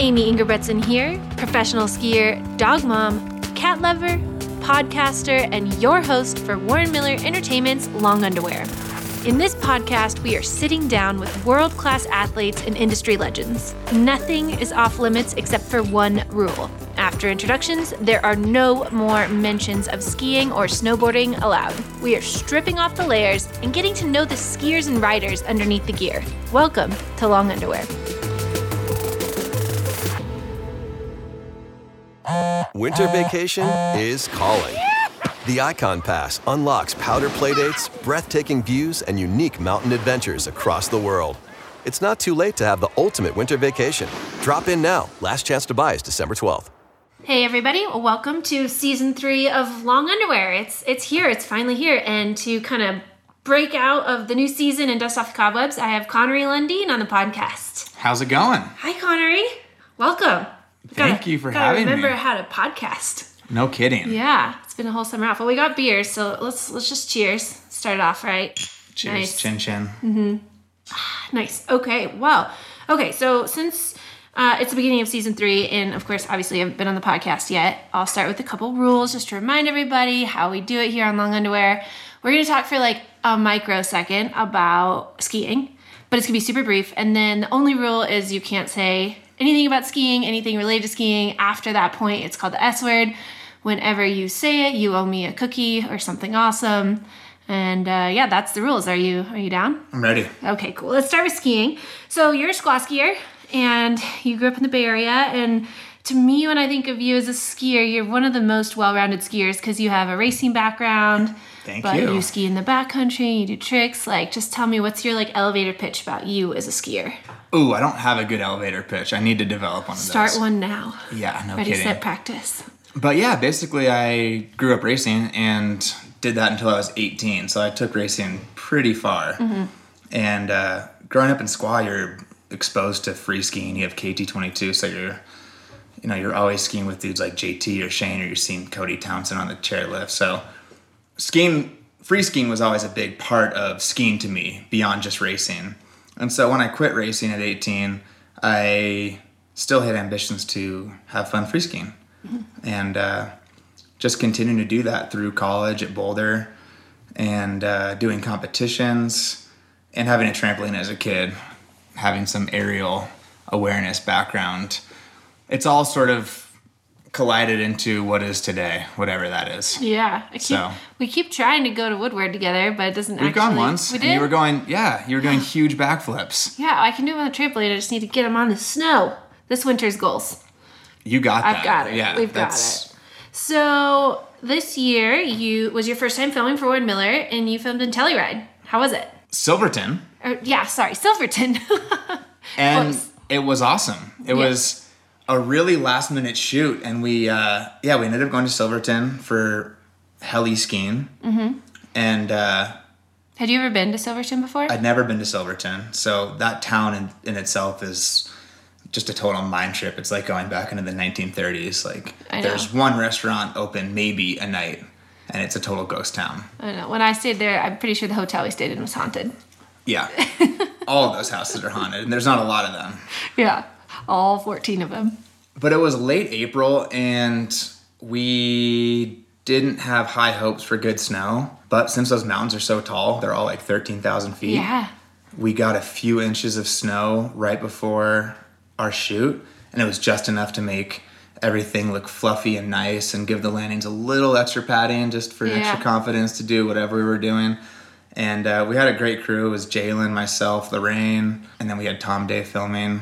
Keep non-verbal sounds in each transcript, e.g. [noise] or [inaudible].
Amy Ingerbretson here, professional skier, dog mom, cat lover, podcaster, and your host for Warren Miller Entertainment's Long Underwear. In this podcast, we are sitting down with world class athletes and industry legends. Nothing is off limits except for one rule. After introductions, there are no more mentions of skiing or snowboarding allowed. We are stripping off the layers and getting to know the skiers and riders underneath the gear. Welcome to Long Underwear. Winter vacation is calling. The Icon Pass unlocks powder playdates, breathtaking views, and unique mountain adventures across the world. It's not too late to have the ultimate winter vacation. Drop in now. Last chance to buy is December 12th. Hey everybody, welcome to season three of Long Underwear. It's it's here, it's finally here. And to kind of break out of the new season and dust off the cobwebs, I have Connery Lundeen on the podcast. How's it going? Hi Connery. Welcome. Thank you for having remember me. how to podcast. No kidding. Yeah, it's been a whole summer off. Well we got beers, so let's let's just cheers. Start it off right. Cheers, Nice. Mm. Chin Chin. Nice. Okay. Well. Okay. So since uh, it's the beginning of season three, and of course, obviously, I haven't been on the podcast yet. I'll start with a couple rules just to remind everybody how we do it here on Long Underwear. We're going to talk for like a microsecond about skiing, but it's going to be super brief. And then the only rule is you can't say anything about skiing, anything related to skiing after that point. It's called the S word. Whenever you say it, you owe me a cookie or something awesome. And uh, yeah, that's the rules. Are you are you down? I'm ready. Okay, cool. Let's start with skiing. So you're a squaw skier, and you grew up in the Bay Area. And to me, when I think of you as a skier, you're one of the most well-rounded skiers because you have a racing background. Thank but you. you ski in the backcountry. You do tricks. Like, just tell me what's your like elevator pitch about you as a skier. Ooh, I don't have a good elevator pitch. I need to develop one of Start those. one now. Yeah, no Ready, kidding. set, practice. But yeah, basically, I grew up racing and did that until I was 18. So I took racing pretty far. And uh, growing up in Squaw, you're exposed to free skiing. You have KT22, so you're you know you're always skiing with dudes like JT or Shane, or you're seeing Cody Townsend on the chairlift. So skiing, free skiing was always a big part of skiing to me beyond just racing. And so when I quit racing at 18, I still had ambitions to have fun free skiing and uh, just continuing to do that through college at Boulder and uh, doing competitions and having a trampoline as a kid, having some aerial awareness background. It's all sort of collided into what is today, whatever that is. Yeah. I keep, So. we keep trying to go to Woodward together, but it doesn't. We've actually, gone once, We and did. you were going, yeah, you were doing huge backflips. yeah, I can do it on the trampoline. I just need to get them on the snow. This winter's goals. You got that. I've got it. Yeah, We've got that's- it. So this year you was your first time filming for Warren Miller, and you filmed in Telluride. How was it? Silverton. Or, yeah, sorry, Silverton. [laughs] and Close. it was awesome. It Yeah. was a really last minute shoot, and we uh, yeah we ended up going to Silverton for heli skiing, mm-hmm. and uh, Had you ever been to Silverton before? I'd never been to Silverton, so that town in, in itself is just a total mind trip. It's like going back into the 1930s. Like I know. there's one restaurant open maybe a night, and it's a total ghost town. I don't know. When I stayed there, I'm pretty sure the hotel we stayed in was haunted. [laughs] Yeah, all of those houses are haunted, and there's not a lot of them. Yeah, all 14 of them. but it was late April and we didn't have high hopes for good snow. But since those mountains are so tall, they're all like 13,000 feet. Yeah. We got a few inches of snow right before our shoot, and it was just enough to make everything look fluffy and nice and give the landings a little extra padding just for Yeah. extra confidence to do whatever we were doing. And uh, we had a great crew. It was Jalen, myself, Lorraine, and then we had Tom Day filming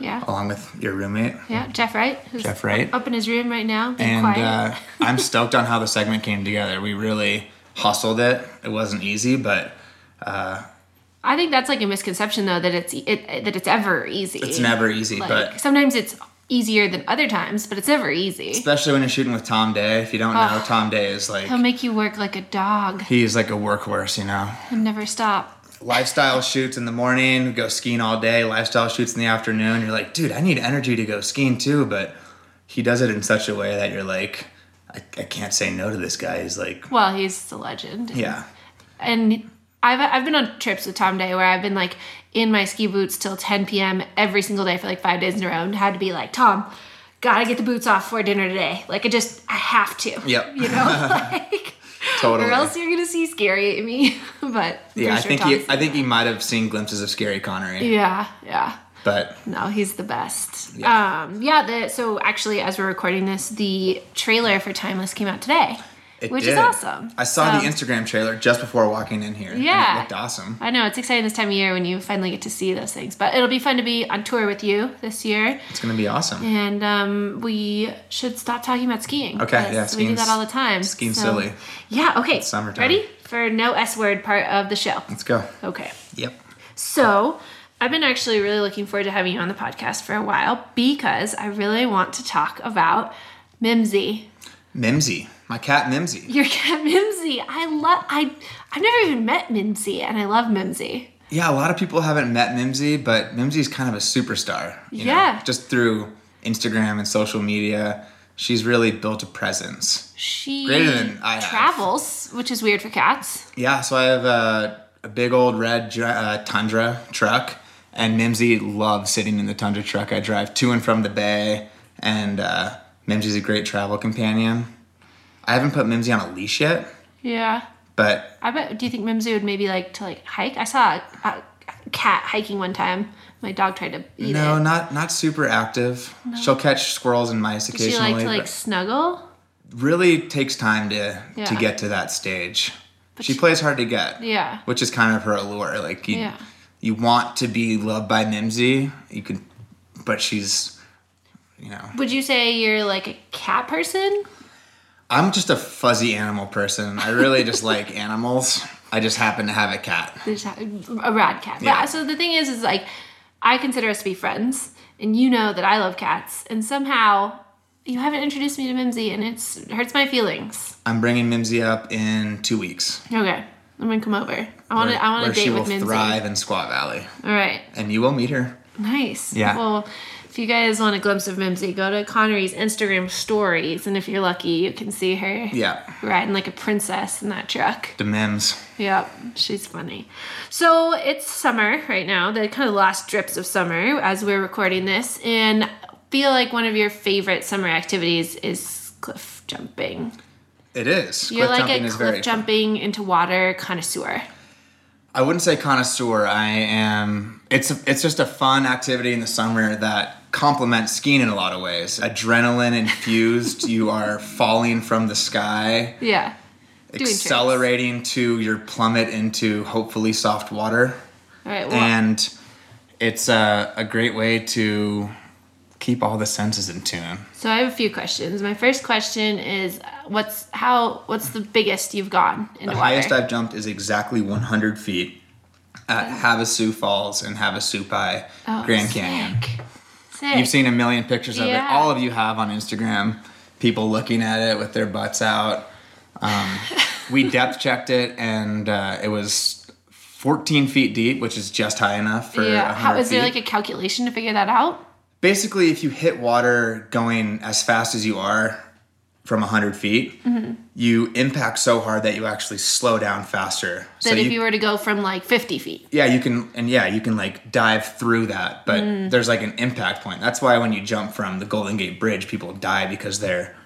Yeah. along with your roommate. Yeah, Jeff Wright. Who's Jeff Wright. Up in his room right now, being and quiet. [laughs] uh, I'm stoked on how the segment came together. We really hustled it. It wasn't easy, but I think that's like a misconception though that it's e- it, that it's ever easy. it's never easy. Like, but sometimes it's easier than other times, but it's never easy. especially when you're shooting with Tom Day, if you don't know, Tom Day is like Ah. He'll make you work like a dog. he's like a workhorse, you know. and never stop. Lifestyle shoots in the morning, we go skiing all day. Lifestyle shoots in the afternoon. You're like, dude, I need energy to go skiing too. But he does it in such a way that you're like, I, I can't say no to this guy. He's like, Well, he's a legend. yeah, And I've I've been on trips with Tom Day where I've been like in my ski boots till 10 p.m. every single day for like five days in a row and had to be like, Tom, gotta get the boots off for dinner today. Like I just, I have to. Yep. You know, [laughs] like, [laughs] Totally. or else you're gonna see scary Amy. [laughs] but I'm yeah, I pretty think sure he, Tom's- I think he might have seen glimpses of Scary Connery, yeah, yeah. but No, he's the best. Yeah. Um, yeah. The, so actually, as we're recording this, the trailer for Timeless came out today, it which did. is awesome. I saw So- the Instagram trailer just before walking in here. and Yeah. it looked awesome. I know it's exciting this time of year when you finally get to see those things, but it'll be fun to be on tour with you this year. It's gonna be awesome. And um, we should stop talking about skiing. Okay, 'cause yeah, we do skiing's- that all the time. skiing's so- silly. Yeah. Okay. summertime. Ready for no S word part of the show? Let's go. Okay. Yep. So, I've been actually really looking forward to having you on the podcast for a while because I really want to talk about Mimsy. Mimsy, my cat Mimsy. Your cat [laughs] Mimsy. I love I I've never even met Mimsy and I love Mimsy. Yeah, a lot of people haven't met Mimsy, but Mimsy's kind of a superstar. you know, Yeah. just through Instagram and social media, she's really built a presence. She Greater than I have. travels, which is weird for cats. Yeah, so I have a, a big old red dr- uh, Tundra truck, and Mimsy loves sitting in the Tundra truck. I drive to and from the bay, and uh, Mimsy's a great travel companion. I haven't put Mimsy on a leash yet, Yeah. but I bet. Do you think Mimsy would maybe like to like hike? I saw a, a cat hiking one time. My dog tried to eat no, it. not not super active. She'll catch squirrels and mice Does she occasionally. like to like but- snuggle? really takes time to to Yeah. get to that stage. she, plays hard to get. Yeah. Which is kind of her allure. Like you, Yeah. you want to be loved by Mimsy. You can but she's you know Would you say you're like a cat person? I'm just a fuzzy animal person. I really [laughs] just like animals. I just happen to have a cat. There's a a rad cat. Yeah. Yeah. So the thing is, is like, I consider us to be friends, and you know that I love cats, and somehow you haven't introduced me to Mimsy, and it's it hurts my feelings. I'm bringing Mimsy up in two weeks. Okay, I'm gonna come over. I want to. I want where to date she will with Mimsy. thrive in Squaw Valley. All right. And you will meet her. Nice. Yeah. Well, if you guys want a glimpse of Mimsy, go to Connery's Instagram stories, and if you're lucky, you can see her Yeah. riding like a princess in that truck. The Mims. Yep, she's funny. So it's summer right now, the kind of last drips of summer as we're recording this, and I feel like one of your favorite summer activities is cliff jumping. It is. You're cliff like jumping a is very cliff jumping into water connoisseur. I wouldn't say connoisseur. I am. It's a, it's just a fun activity in the summer that complements skiing in a lot of ways. Adrenaline infused. [laughs] you are falling from the sky, Yeah. Doing tricks. accelerating to your plummet into hopefully soft water, All right. Well, and it's a, a great way to keep all the senses in tune. so I have a few questions. My first question is, uh, what's how? What's the biggest you've gone into The water? highest I've jumped is exactly 100 feet at Havasu Falls and Havasupai Grand Canyon. Oh, Sick. Sick. You've seen a million pictures of Yeah. it. All of you have on Instagram. People looking at it with their butts out. Um, [laughs] we depth checked it, and uh, it was 14 feet deep, which is just high enough for. Yeah. 100 How is there feet. like a calculation to figure that out? Basically, if you hit water going as fast as you are from 100 feet, Mm-hmm. you impact so hard that you actually slow down faster. That so if you were to go from like 50 feet. yeah, you can, and yeah, you can like dive through that, but Mm. there's like an impact point. That's why when you jump from the Golden Gate Bridge, people die because they're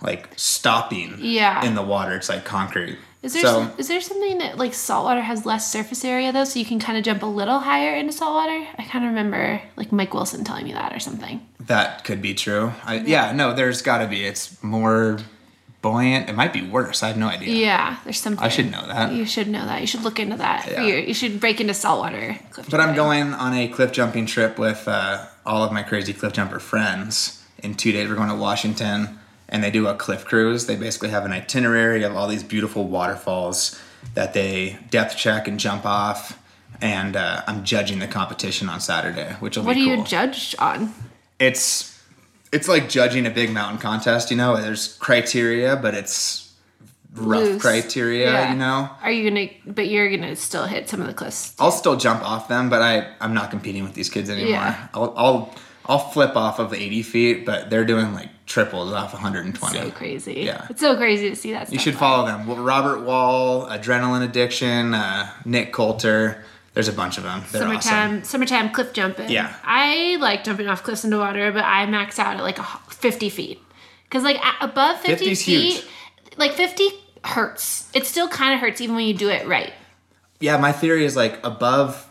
like stopping Yeah. in the water. It's like concrete. Is there so some, is there something that like saltwater has less surface area though, so you can kind of jump a little higher into saltwater? I kind of remember like Mike Wilson telling me that or something. that could be true. I, yeah, no, there's got to be. It's more buoyant. It might be worse. I have no idea. Yeah, there's something. I should know that. You should know that. You should look into that. Yeah. You, you should break into saltwater. cliff But I'm diving. going on a cliff jumping trip with uh, all of my crazy cliff jumper friends. In two days, we're going to Washington and they do a cliff cruise. They basically have an itinerary of all these beautiful waterfalls that they depth check and jump off. And uh, I'm judging the competition on Saturday, which will What be do cool. you judge on? it's it's like judging a big mountain contest. You know, there's criteria, but it's rough Loose. criteria. Yeah. You know, Are you gonna? But you're gonna still hit some of the cliffs. I'll still jump off them, but I I'm not competing with these kids anymore. Yeah. I'll I'll I'll flip off of 80 feet, but they're doing like triples off 120. So crazy. Yeah. It's so crazy to see that. You should follow them. Well, Robert Wall, Adrenaline Addiction, uh, Nick Coulter. There's a bunch of them. They're summertime, awesome. summertime cliff jumping. Yeah. I like jumping off cliffs into water, but I max out at like a h- 50 feet. Because like a- above 50 50's feet, huge. like 50 hurts. It still kind of hurts even when you do it right. Yeah, my theory is like above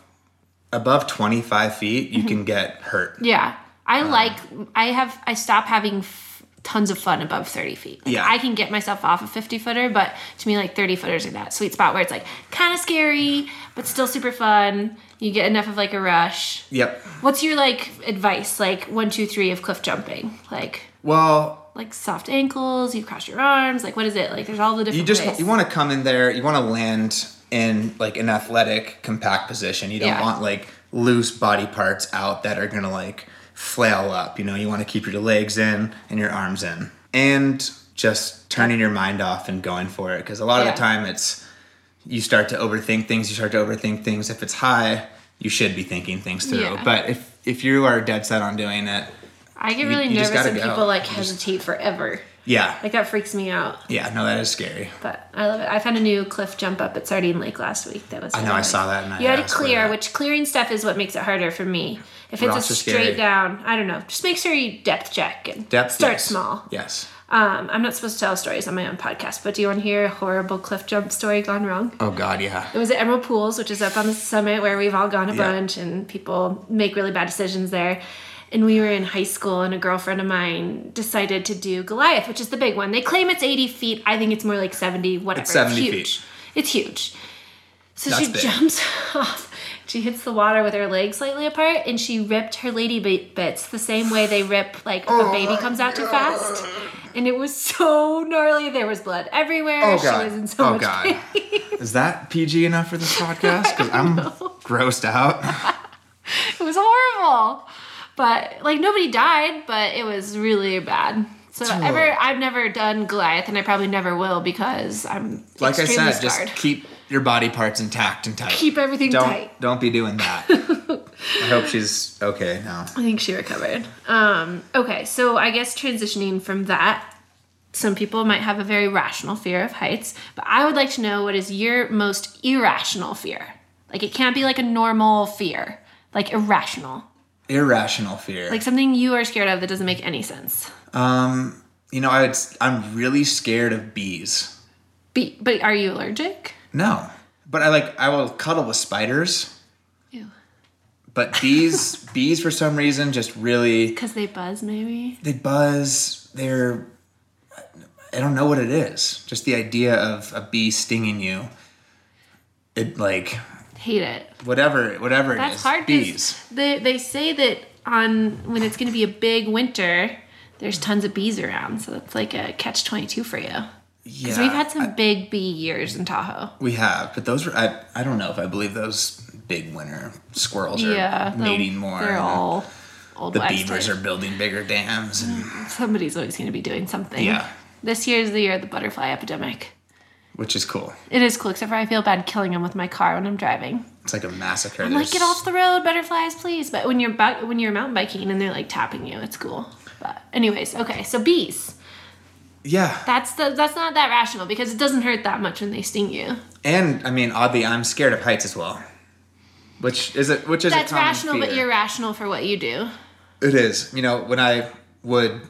above 25 feet, Mm-hmm. you can get hurt. Yeah. I Uh, like, I have, I stop having f- tons of fun above 30 feet. Like, Yeah. I can get myself off a 50 footer, but to me, like 30 footers are that sweet spot where it's like kind of scary, but still super fun. You get enough of like a rush. Yep. What's your like advice? Like one, two, three of cliff jumping. Like Well, like soft ankles. You cross your arms. Like what is it? Like there's all the different. you just ways. you want to come in there you want to land in like an athletic compact position you don't Yeah. want like loose body parts out that are gonna like flail up you know you want to keep your legs in and your arms in and just turning your mind off and going for it because a lot of Yeah. the time it's you start to overthink things you start to overthink things if it's high you should be thinking things through Yeah. but if if you are dead set on doing it I get really you just nervous gotta when go. people like You just- hesitate forever. yeah Like that freaks me out. yeah no that is scary But I love it. I found a new cliff jump up at Sardine Lake last week. That was. I know, I saw that and I you had to asked for clear, that. which clearing stuff is what makes it harder for me. If it's a Rocks are straight scary. down, I don't know. Just make sure you depth check and depth start yes. small. yes Um, I'm not supposed to tell stories on my own podcast, but do you want to hear a horrible cliff jump story gone wrong? oh god yeah It was at Emerald Pools, which is up on the summit where we've all gone a Yeah. bunch and people make really bad decisions there. And we were in high school, and a girlfriend of mine decided to do Goliath, which is the big one. They claim it's 80 feet. I think it's more like 70, whatever. It's 70 huge. feet. It's huge. So she That's big. jumps [laughs] off. She hits the water with her legs slightly apart, and she ripped her lady bi- bits the same way they rip like if a baby comes out too fast. And it was so gnarly. There was blood everywhere. Oh she god! was in so oh much god! pain. Is that PG enough for this podcast? Because [laughs] I'm grossed out. It was horrible. But like nobody died, but it was really bad. So ever I've never done Goliath and I probably never will because I'm Like I extremely said, scarred. just keep your body parts intact and tight. Keep everything don't, tight. Don't be doing that. I [laughs] hope she's okay now. I think she recovered. Um, okay, so I guess transitioning from that, some people might have a very rational fear of heights, but I would like to know what is your most irrational fear? Like it can't be like a normal fear, like irrational. Irrational fear. Like something you are scared of that doesn't make any sense. you know, I would, s- I'm really scared of bees. Be- but are you allergic? No, but I like I will cuddle with spiders. Ew. But bees, bees for some reason just really Because they buzz, maybe. they buzz. They're I don't know what it is. Just the idea of a bee stinging you. It like Hate it. whatever whatever it That's is. hard. 'cause Bees. They they say that on when it's going to be a big winter, there's tons of bees around, so that's like a catch twenty two for you. Yeah. We've had some big bee years in Tahoe. we have, but those were I, I don't know if I believe those big winter squirrels are yeah, the- mating more. They're and all old. the wives' beavers tales. are building bigger dams and Somebody's always going to be doing something. Yeah. This year's the year of the butterfly epidemic. which is cool. It is cool, except for I feel bad killing them with my car when I'm driving. It's like a massacre. I'm like, get off the road, butterflies, please. But when you're bu- when you're mountain biking and they're like tapping you, it's cool. But anyways, okay, so bees. Yeah. That's the that's not that rational because it doesn't hurt that much when they sting you. And I mean oddly I'm scared of heights as well. Which is it which is That's a common rational, but fear. you're rational for what you do. It is. You know, when I would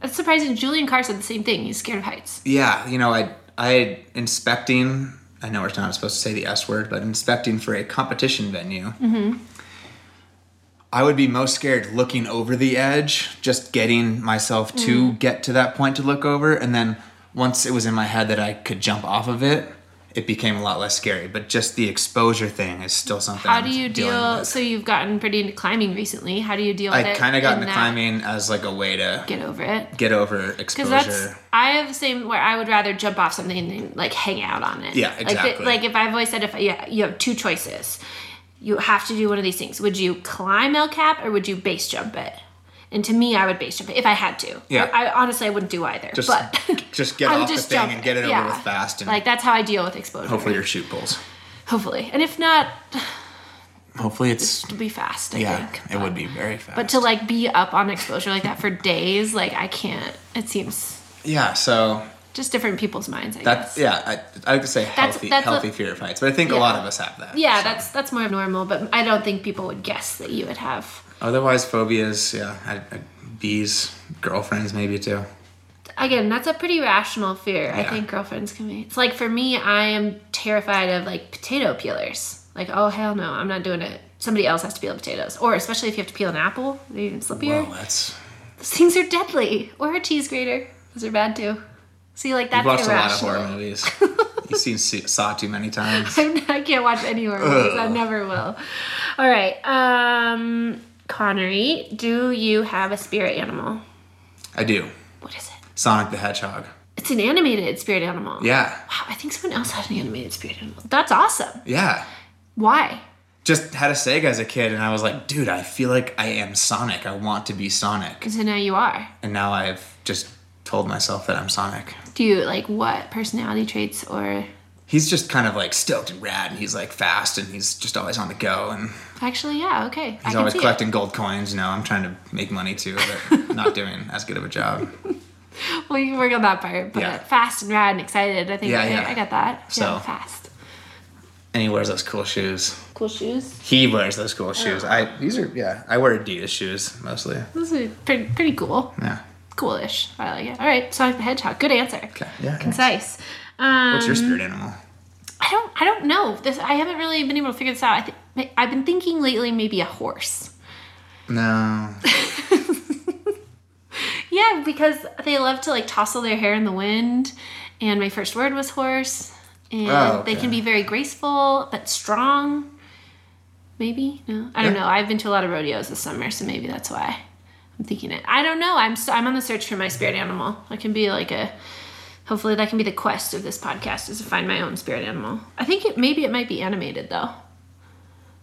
That's surprising. Julian Carr said the same thing. He's scared of heights. yeah, you know, I I inspecting. I know we're not supposed to say the S word, but inspecting for a competition venue. Mm-hmm. I would be most scared looking over the edge, just getting myself Mm. to get to that point to look over, and then once it was in my head that I could jump off of it, it became a lot less scary. But just the exposure thing is still something. How I'm do you dealing deal? with. So you've gotten pretty into climbing recently. How do you deal? with I it kind of got in into that- climbing as like a way to Get over it. get over Because exposure. that's I have the same where I would rather jump off something than like hang out on it. Yeah, Like, the- exactly. like if I've always said if yeah, you have two choices, you have to do one of these things. Would you climb El Cap or would you base jump it? And to me, I would base jump it if I had to. Yeah. I honestly I wouldn't do either. Just- but [laughs] just get I would off the just thing jump and get it over yeah. with fast and- like that's how I deal with exposure. Hopefully your shoot pulls. Hopefully, and if not, Hopefully it's it'll be fast. I think. it would be very fast. But to like be up on exposure like that for days, like I can't. It seems yeah, so just different people's minds. I That's guess. yeah. I, I like to say healthy, that's a- healthy fear of heights, but I think Yeah. a lot of us have that. Yeah, so. that's that's more normal, but I don't think people would guess that you would have. Otherwise, phobias. Yeah, I, I, bees, girlfriends, maybe too. Again, that's a pretty rational fear. I Yeah. think girlfriends can be. It's like for me, I am terrified of like potato peelers. Like, oh hell no, I'm not doing it. Somebody else has to peel the potatoes, or especially if you have to peel an apple, they're even slippier. Well, that's Those [laughs] things are deadly. Or a cheese grater. Those are bad too. See, like that's I've watched irrational. a [laughs] lot of horror movies. You've seen Se- Saw too many times. I can't watch any horror movies. I never will. All right, um, Connery, do you have a spirit animal? I do. What is it? Sonic the Hedgehog. It's an animated spirit animal. Yeah, Wow, I think someone else had an animated spirit animal. That's awesome. yeah. Why? Just had a Sega as a kid, and I was like, dude, I feel like I am Sonic. I want to be Sonic. Because now you are. And now I've just told myself that I'm Sonic. Do you like what personality traits or He's just kind of like stoked and rad, and he's like fast, and he's just always on the go, and actually? Yeah. Okay. I he's can always see it. collecting gold coins. You know, I'm trying to make money too, [laughs] but not doing as good of a job. Well, you can work on that part, but Yeah. fast and rad and excited. I think Yeah, I, yeah. I got that. So- Yeah, fast. And he wears those cool shoes. Cool shoes. He wears those Oh. cool shoes. I these are yeah. I wear Adidas shoes mostly. This is pretty, pretty cool. Yeah. Coolish. I like it. All right, Sonic the Hedgehog. Good answer. Okay. Yeah. Concise. Um, What's your spirit animal? I don't. I don't know. This. I haven't really been able to figure this out. I think I've been thinking lately maybe a horse. No. Yeah, because they love to like tousle their hair in the wind, and my first word was horse, and Oh, they can okay. be very graceful but strong. Maybe no. I don't Yeah. know. I've been to a lot of rodeos this summer, so maybe that's why I'm thinking it. I don't know. I'm so, I'm on the search for my spirit animal. I can be like a. Hopefully, that can be the quest of this podcast is to find my own spirit animal. I think it maybe it might be animated though.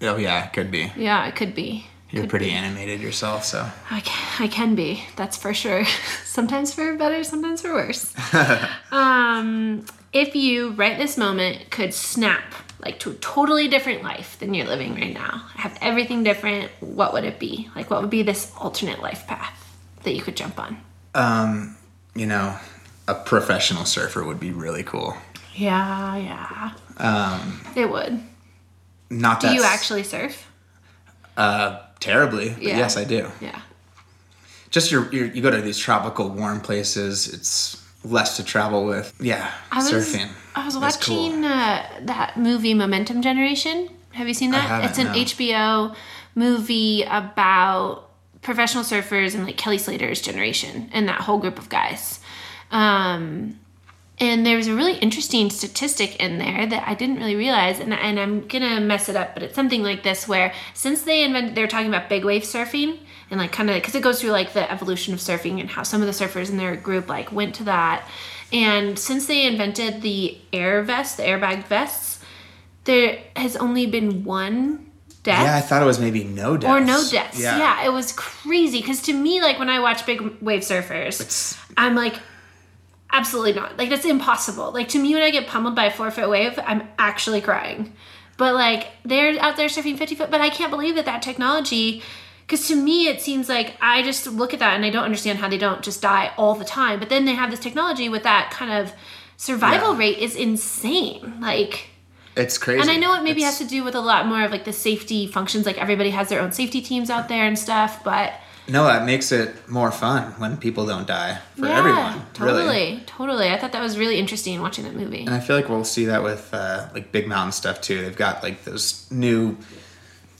Oh yeah, it could be. Yeah, it could be. You're pretty animated yourself, so I can, I can be. That's for sure. [laughs] sometimes for better, sometimes for worse. um, if you, right this moment, could snap like to a totally different life than you're living right now, have everything different, what would it be? Like, what would be this alternate life path that you could jump on? you know, a professional surfer would be really cool. Yeah, yeah. Um, it would. Not Do that you s- actually surf? terribly, but Yeah. yes, I do. Yeah. Just your, your you go to these tropical warm places. It's less to travel with. Yeah, I was, surfing. I was is watching Cool. uh, that movie Momentum Generation. Have you seen that? haven't, it's an no. HBO movie about professional surfers and like Kelly Slater's generation and that whole group of guys. Um, and there was a really interesting statistic in there that I didn't really realize, and, and I'm gonna mess it up, but it's something like this where since they invented, they're talking about big wave surfing and like kind of because it goes through like the evolution of surfing and how some of the surfers in their group like went to that. And since they invented the air vest, the airbag vests, there has only been one death Yeah, I thought it was maybe no deaths or no deaths. Yeah, it was crazy because to me, like when I watch big wave surfers, It's- I'm like, absolutely not. Like that's impossible. Like to me, when I get pummeled by a four foot wave, I'm actually crying. But like they're out there surfing 50 foot, but I can't believe that that technology. Because to me, it seems like I just look at that and I don't understand how they don't just die all the time. But then they have this technology with that kind of survival Yeah. rate is insane. Like It's crazy. and I know it maybe It's- has to do with a lot more of like the safety functions. Like everybody has their own safety teams out there and stuff. But No, that makes it more fun when people don't die for yeah, everyone. totally, Really. totally. I thought that was really interesting watching that movie. And I feel like we'll see that with uh, like big mountain stuff too. They've got like those new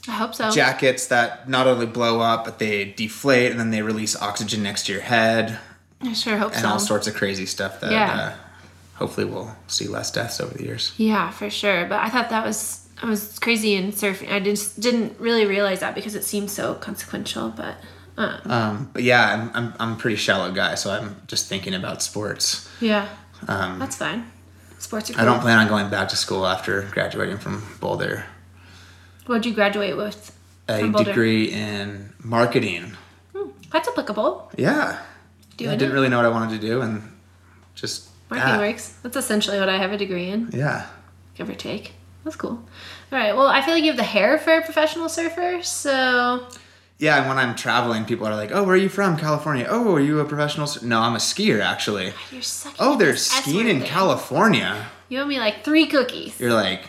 I hope so. jackets that not only blow up but they deflate and then they release oxygen next to your head I sure hope and so. all sorts of crazy stuff that Yeah. uh, hopefully we'll see less deaths over the years. yeah, for sure. But I thought that was I was crazy in surfing. I just didn't really realize that because it seemed so consequential. But Um, but yeah, I'm, I'm I'm a pretty shallow guy, so I'm just thinking about sports. yeah, that's fine. Sports are cool. Um, I don't plan on going back to school after graduating from Boulder. What'd you graduate with? A From Boulder. degree in marketing. That's applicable. Yeah. Doing I it. didn't really know what I wanted to do and just Marketing that. works. That's essentially what I have a degree in. Yeah. give or take. That's cool. All right. Well, I feel like you have the hair for a professional surfer, so yeah, and when I'm traveling, people are like, "Oh, where are you from? California? Oh, are you a professional?" s-" No, I'm a skier actually. You're sucking Oh, at they're this S skiing word in thing. California. You owe me like three cookies. You're like,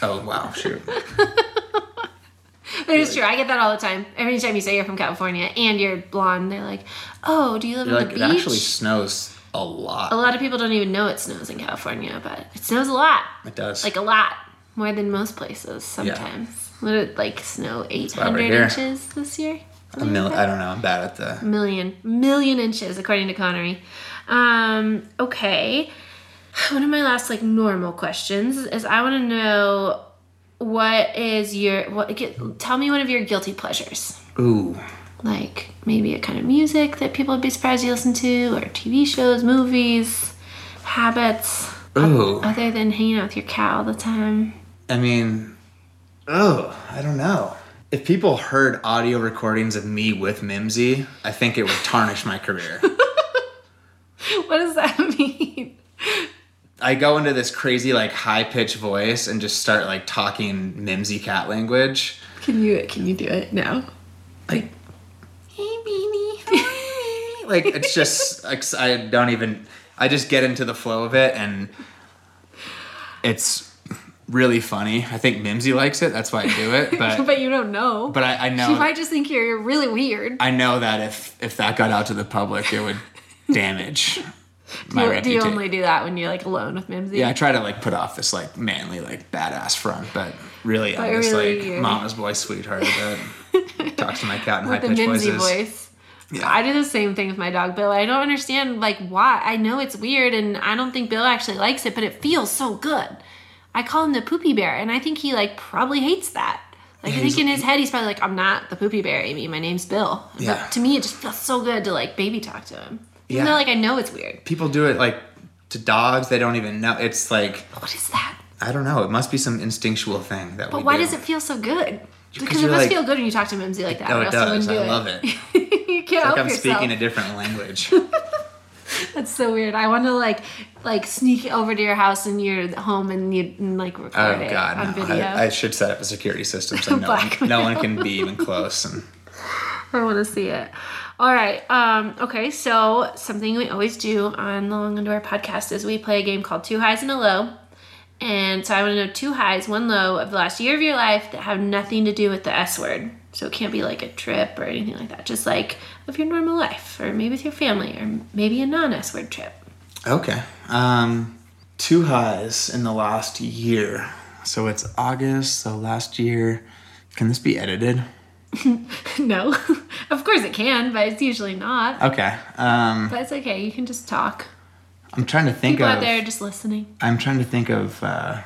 "Oh [laughs] wow, shoot." That is true. I get that all the time. Every time you say you're from California and you're blonde, they're like, "Oh, do you live You're on like, the it beach?" actually snows a a lot. lot of people don't even know it snows in California, but it snows a lot. It does. Like a lot, more than most places sometimes. Would it like snow why 800 we're here. inches this year? a mil- I don't know. I'm bad at the. million million inches according to connery um okay one of my last like normal questions is i want to know what is your what get, tell me one of your guilty pleasures Ooh. like maybe a kind of music that people would be surprised you listen to or tv shows movies habits Ooh. other than hanging out with your cat all the time I mean, oh, I don't know. If people heard audio recordings of me with Mimsy, I think it would tarnish my [laughs] career. [laughs] what does that mean I go into this crazy, like, high pitched voice and just start, like, talking Mimsy cat language. can you can you do it now Like, hey [laughs] baby like it's just, [laughs] like, I don't even, I just get into the flow of it and it's really funny. I think Mimsy likes it. That's why I do [laughs] it. But, but you don't know but I, I [laughs] know. She might just think you're really weird. I know that if if that got out to the public, it would [laughs] damage my do, do you reputation. only do that when you're like alone with Mimsy? yeah, I try to like put off this like manly, like badass front, but really I'm this really like you're- mama's boy sweetheart that [laughs] talks to my cat in high with the pitched Mimsy voices. voice. Yeah. I do the same thing with my dog Bill. I don't understand like why. I know it's weird, and I don't think Bill actually likes it, but it feels so good. I call him the poopy bear, and I think he like probably hates that. Like I think in his head he's probably like, I'm not the poopy bear, Amy. My name's Bill. Yeah. But to me, it just feels so good to like baby talk to him. Even Yeah. though like I know it's weird. People do it like to dogs they don't even know. It's like But what is that? I don't know. It must be some instinctual thing that. But we why do. does it feel so good? Because it you're must like- feel good when you talk to Mimsy like that. Oh, or else it you does. wouldn't do I [laughs] love it. It's you can't like help I'm yourself. speaking a different language. That's so weird. I want to like like sneak over to your house and you're at home and you and, like record Oh it God, on no! video. I, I should set up a security system [laughs] so no one, no one can be even close. And I want to see it. All right. Um, okay. So something we always do on the Long Indoor podcast is we play a game called Two Highs and a Low. And so I want to know two highs, one low of the last year of your life that have nothing to do with the S word. So it can't be like a trip or anything like that. Just like of your normal life, or maybe with your family, or maybe a non-S word trip. [laughs] Okay. Um, two highs in the last year. So it's August. So last year, can this be edited? no, [laughs] of course it can, but it's usually not. Okay. Um, But it's okay. You can just talk. I'm trying to think People of. out there are just listening. I'm trying to think of. Uh,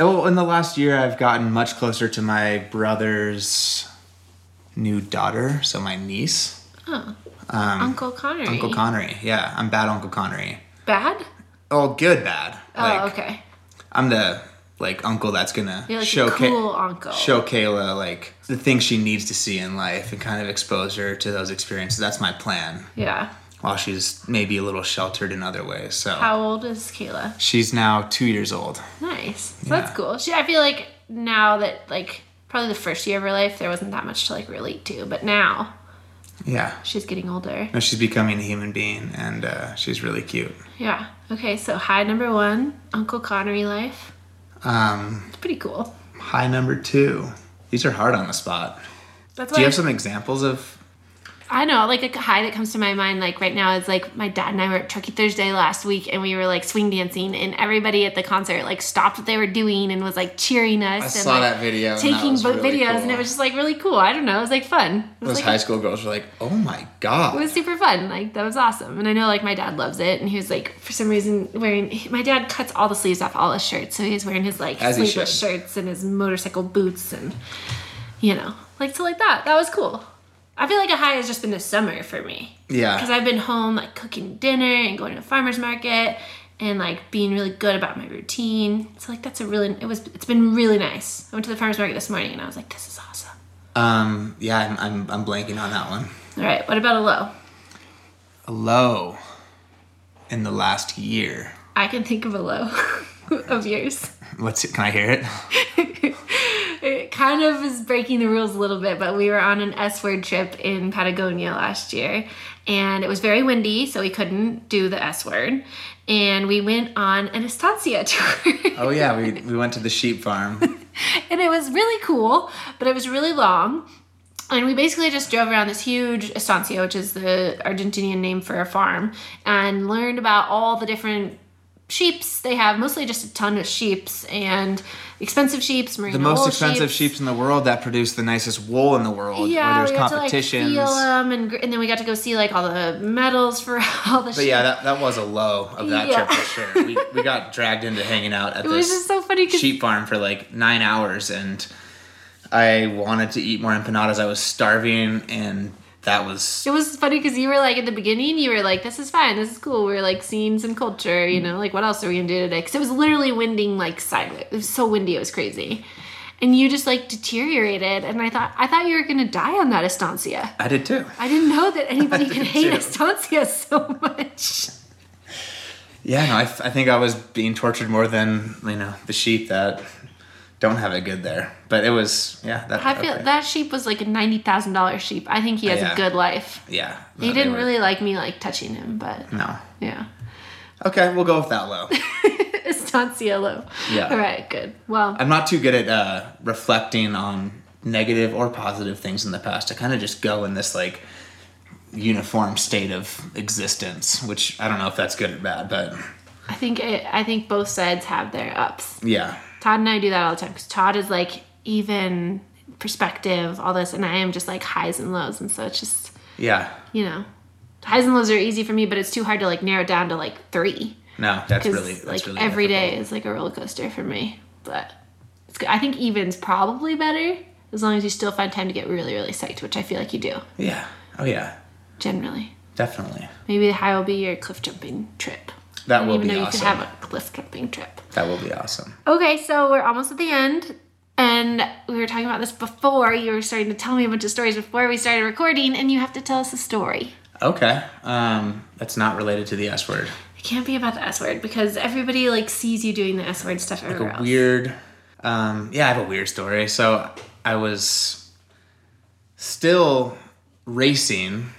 oh, in the last year, I've gotten much closer to my brother's new daughter. So my niece, Uncle Connery. um, Uncle Connery. Yeah, I'm bad Uncle Connery. Bad? Oh, good bad. oh, Like, okay. I'm the like uncle that's gonna You're like show a cool uncle. show Kayla like the things she needs to see in life and kind of expose her to those experiences. That's my plan. Yeah. While she's maybe a little sheltered in other ways. So How old is Kayla? she's now two years old. Nice. So That's cool. She, I feel like now that like probably the first year of her life there wasn't that much to like relate to, but now Yeah. she's getting older. No, she's becoming a human being and uh, she's really cute. Yeah. Okay. So high number one, Uncle Connery life. Um, It's pretty cool. high number two. These are hard on the spot. That's Do why you have some examples of? I know, like a high that comes to my mind, like right now, is like my dad and I were at Turkey Thursday last week, and we were like swing dancing, and everybody at the concert like stopped what they were doing and was like cheering us. I and, saw like, that video and that Taking was vo- really videos, cool. and it was just like really cool. I don't know, it was like fun. It Those was, high like, school girls were like, "Oh my god!" it was super fun. Like that was awesome, and I know like my dad loves it, and he was like for some reason wearing. he- my dad cuts all the sleeves off all his shirts, so he's wearing his like As he sleeveless should. shirts and his motorcycle boots, and you know, like so like that. That was cool. I feel like a high has just been the summer for me because yeah, I've been home like cooking dinner and going to the farmers market and like being really good about my routine. So like that's a really it was it's been really nice. I went to the farmers market this morning and I was like, this is awesome. um, yeah, I'm, I'm, I'm blanking on that one. All right, what about a low? a low in the last year. I can think [laughs] of a low of yours. What's it? Can I hear it? It kind of is breaking the rules a little bit, but we were on an S word trip in Patagonia last year, and it was very windy, so we couldn't do the S word. And we went on an estancia [laughs] tour. Oh yeah, we we went to the sheep farm. and it was really cool, but it was really long. And we basically just drove around this huge estancia, which is the Argentinian name for a farm, and learned about all the different sheeps they have, mostly just a ton of sheeps and expensive sheeps, merino [laughs] the most wool expensive sheep in the world that produce the nicest wool in the world. Yeah, where we there's got competitions. to like feel uh, 'em and, gr- and then we got to go see like all the medals for [laughs] all the. but yeah, that, that was a low of that Yeah. trip for sure. We, we got dragged into hanging out at it was this just so funny because sheep farm for like nine hours, and I wanted to eat more empanadas. I was starving, and that was it was funny because you were like at the beginning you were like this is fine this is cool we're like seeing some culture you know like what else are we gonna do today because it was literally winding like sideways it was so windy it was crazy. And you just like deteriorated, and I thought I thought you were gonna die on that estancia. I did too. I didn't know [laughs] that anybody could did hate too. estancias so much. Yeah, no, I, f- I think I was being tortured more than you know the sheep that don't have it good there. But it was yeah. That, I feel okay. Oh, that sheep was like a ninety thousand dollar sheep. I think he has a Yeah. good life. Yeah, He no, they didn't were- Hmm. really like me like touching him, but No. yeah. [laughs] Okay, we'll go with that low. Estancia low. Yeah. All right, good. Well, [laughs] I'm not too good at uh, reflecting on negative or positive things in the past. I kind of just go in this like uniform state of existence, which I don't know if that's good or bad, but I think it, I think both sides have their ups. yeah, Todd and I do that all the time because Todd is like even perspective, all this, and I am just like highs and lows, and so it's just yeah, you know, highs and lows are easy for me, but it's too hard to like narrow it down to like three no, that's because really that's like really every difficult. day is like a roller coaster for me. But it's good. I think even's probably better as long as you still find time to get really really psyched, which I feel like you do Yeah. Oh yeah, generally. definitely. Maybe the high will be your cliff jumping trip. That will Even be though you awesome. could have a cliff jumping trip. that will be awesome. Okay, so we're almost at the end. And we were talking about this before. You were starting to tell me a bunch of stories before we started recording, and you have to tell us a story. Okay. Um, that's not related to the S word. It can't be about the S word because everybody like sees you doing the S word stuff everywhere a else. weird um yeah i have a weird story so i was still racing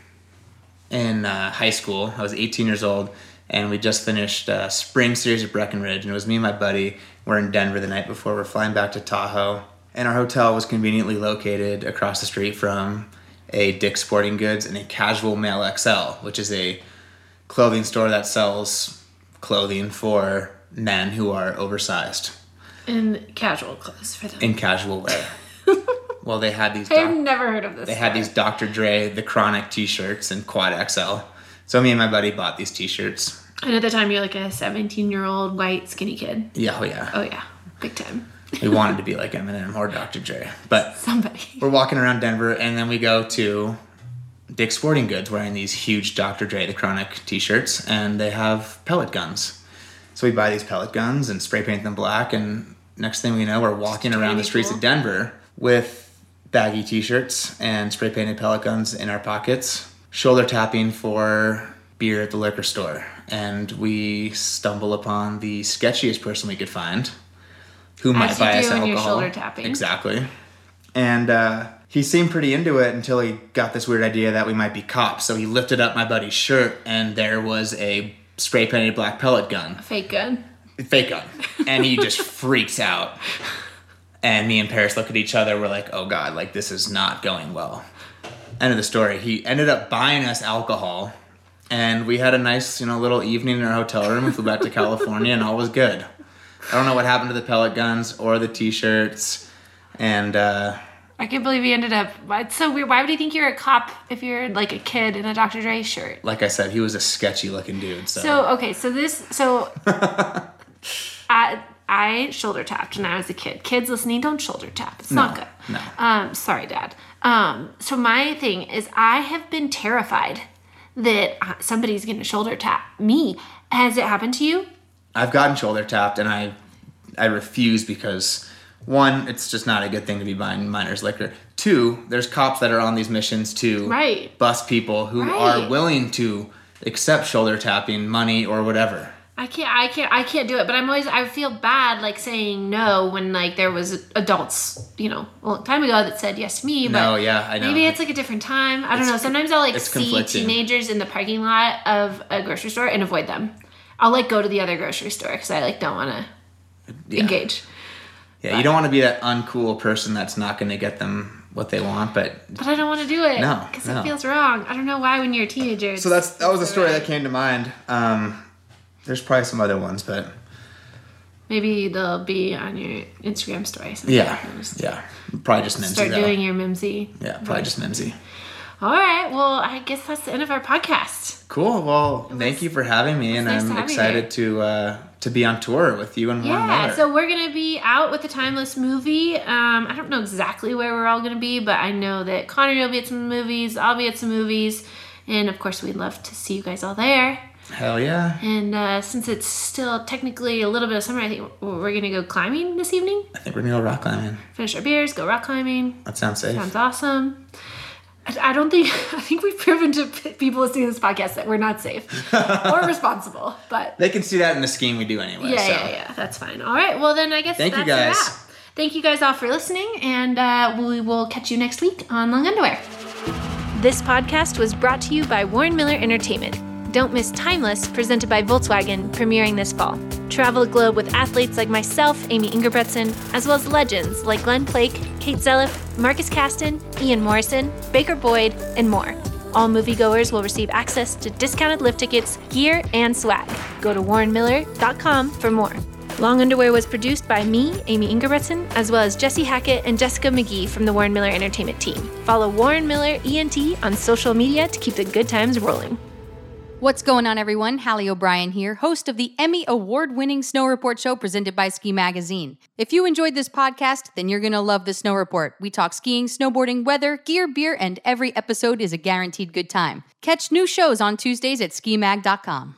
in uh, high school i was 18 years old and we just finished uh, spring series at breckenridge and it was me and my buddy we're in denver the night before we're flying back to tahoe and our hotel was conveniently located across the street from a dick's sporting goods and a casual male xl which is a clothing store that sells clothing for men who are oversized in casual clothes for them. in casual wear. well, they had these. I've doc- never heard of this. they had these Dr. Dre the Chronic T-shirts and Quad XL. So me and my buddy bought these T-shirts. and at the time, you're like a 17 year old white skinny kid. Yeah, oh yeah. Oh yeah, big time. we wanted to be like Eminem or Dr. Dre, but Somebody. [laughs] we're walking around Denver, and then we go to Dick's Sporting Goods wearing these huge Dr. Dre the Chronic T-shirts, and they have pellet guns. So we buy these pellet guns and spray paint them black, and next thing we know, we're walking around the pretty streets cool. of Denver with baggy T-shirts and spray painted pellet guns in our pockets, shoulder tapping for beer at the liquor store, and we stumble upon the sketchiest person we could find, who might you buy do us when alcohol. you're shoulder tapping. Exactly. And uh, he seemed pretty into it until he got this weird idea that we might be cops. So he lifted up my buddy's shirt, and there was a spray painted black pellet gun, Fake gun. fake gun. And he just freaks out. And me and Paris look at each other. We're like, oh God, like this is not going well. End of the story. He ended up buying us alcohol. And we had a nice, you know, little evening in our hotel room. We flew back to California and all was good. I don't know what happened to the pellet guns or the t shirts. And, uh, I can't believe you ended up. It's so weird. Why would you think you're a cop if you're like a kid in a Dr. Dre shirt? like I said, he was a sketchy looking dude. So, So okay, so this [laughs] so I I shoulder tapped when I was a kid. Kids listening, don't shoulder tap. It's not good. no. Um, sorry, Dad. Um, so my thing is, I have been terrified that uh, somebody's going to shoulder tap me. Has it happened to you? I've gotten shoulder tapped and I I refuse because one, it's just not a good thing to be buying minors liquor. Two, there's cops that are on these missions to Right. bust people who Right. are willing to accept shoulder tapping, money or whatever. I can't I can't I can't do it, but I'm always I feel bad like saying no when like there was adults, you know, a long time ago that said yes to me, but No, yeah, I know. maybe it's like a different time. I don't It's- know. Sometimes I'll like it's see conflicting. teenagers in the parking lot of a grocery store and avoid them. I'll like go to the other grocery store because I like don't want to yeah. engage. Yeah, you don't want to be that uncool person that's not going to get them what they want, but But I don't want to do it. No, Because no. it feels wrong. I don't know why when you're a teenager. it's- So that's that was a story that came to mind. Um, there's probably some other ones, but Maybe they'll be on your Instagram story. something yeah, like that. yeah, probably just Mimsy Start though. doing your mimsy. yeah, probably just Mimsy. All right. Well, I guess that's the end of our podcast. Cool. Well, thank you for having me, and nice to I'm have you excited to uh, to be on tour with you and Warren Yeah. Miller. So we're gonna be out with the Timeless movie. Um, I don't know exactly where we're all gonna be, but I know that Connor will be at some movies. I'll be at some movies, and of course, we'd love to see you guys all there. Hell yeah! And uh, since it's still technically a little bit of summer, I think we're gonna go climbing this evening. I think we're gonna go rock climbing. Finish our beers, go rock climbing. That sounds safe. Sounds awesome. I I don't think [laughs] I think we've proven to p- people listening to this podcast that we're not safe or responsible. But they can see that in the scheme we do anyway. yeah, so. yeah, yeah, that's fine. All right, well then I guess Thank you, that's a guys. wrap. Thank you guys all for listening, and uh, we will catch you next week on Long Underwear. This podcast was brought to you by Warren Miller Entertainment. Don't miss Timeless, presented by Volkswagen, premiering this fall. Travel the globe with athletes like myself, Amy Ingerbretson, as well as legends like Glenn Plake, Kate Zelliff, Marcus Kasten, Ian Morrison, Baker Boyd, and more. All moviegoers will receive access to discounted lift tickets, gear, and swag. Go to warrenmiller.com for more. Long Underwear was produced by me, Amy Ingerbretson, as well as Jesse Hackett and Jessica McGee from the Warren Miller Entertainment team. Follow Warren Miller ENT on social media to keep the good times rolling. What's going on, everyone? Hallie O'Brien here, host of the Emmy award winning Snow Report show presented by Ski Magazine. If you enjoyed this podcast, then you're going to love the Snow Report. We talk skiing, snowboarding, weather, gear, beer, and every episode is a guaranteed good time. Catch new shows on Tuesdays at skimag.com.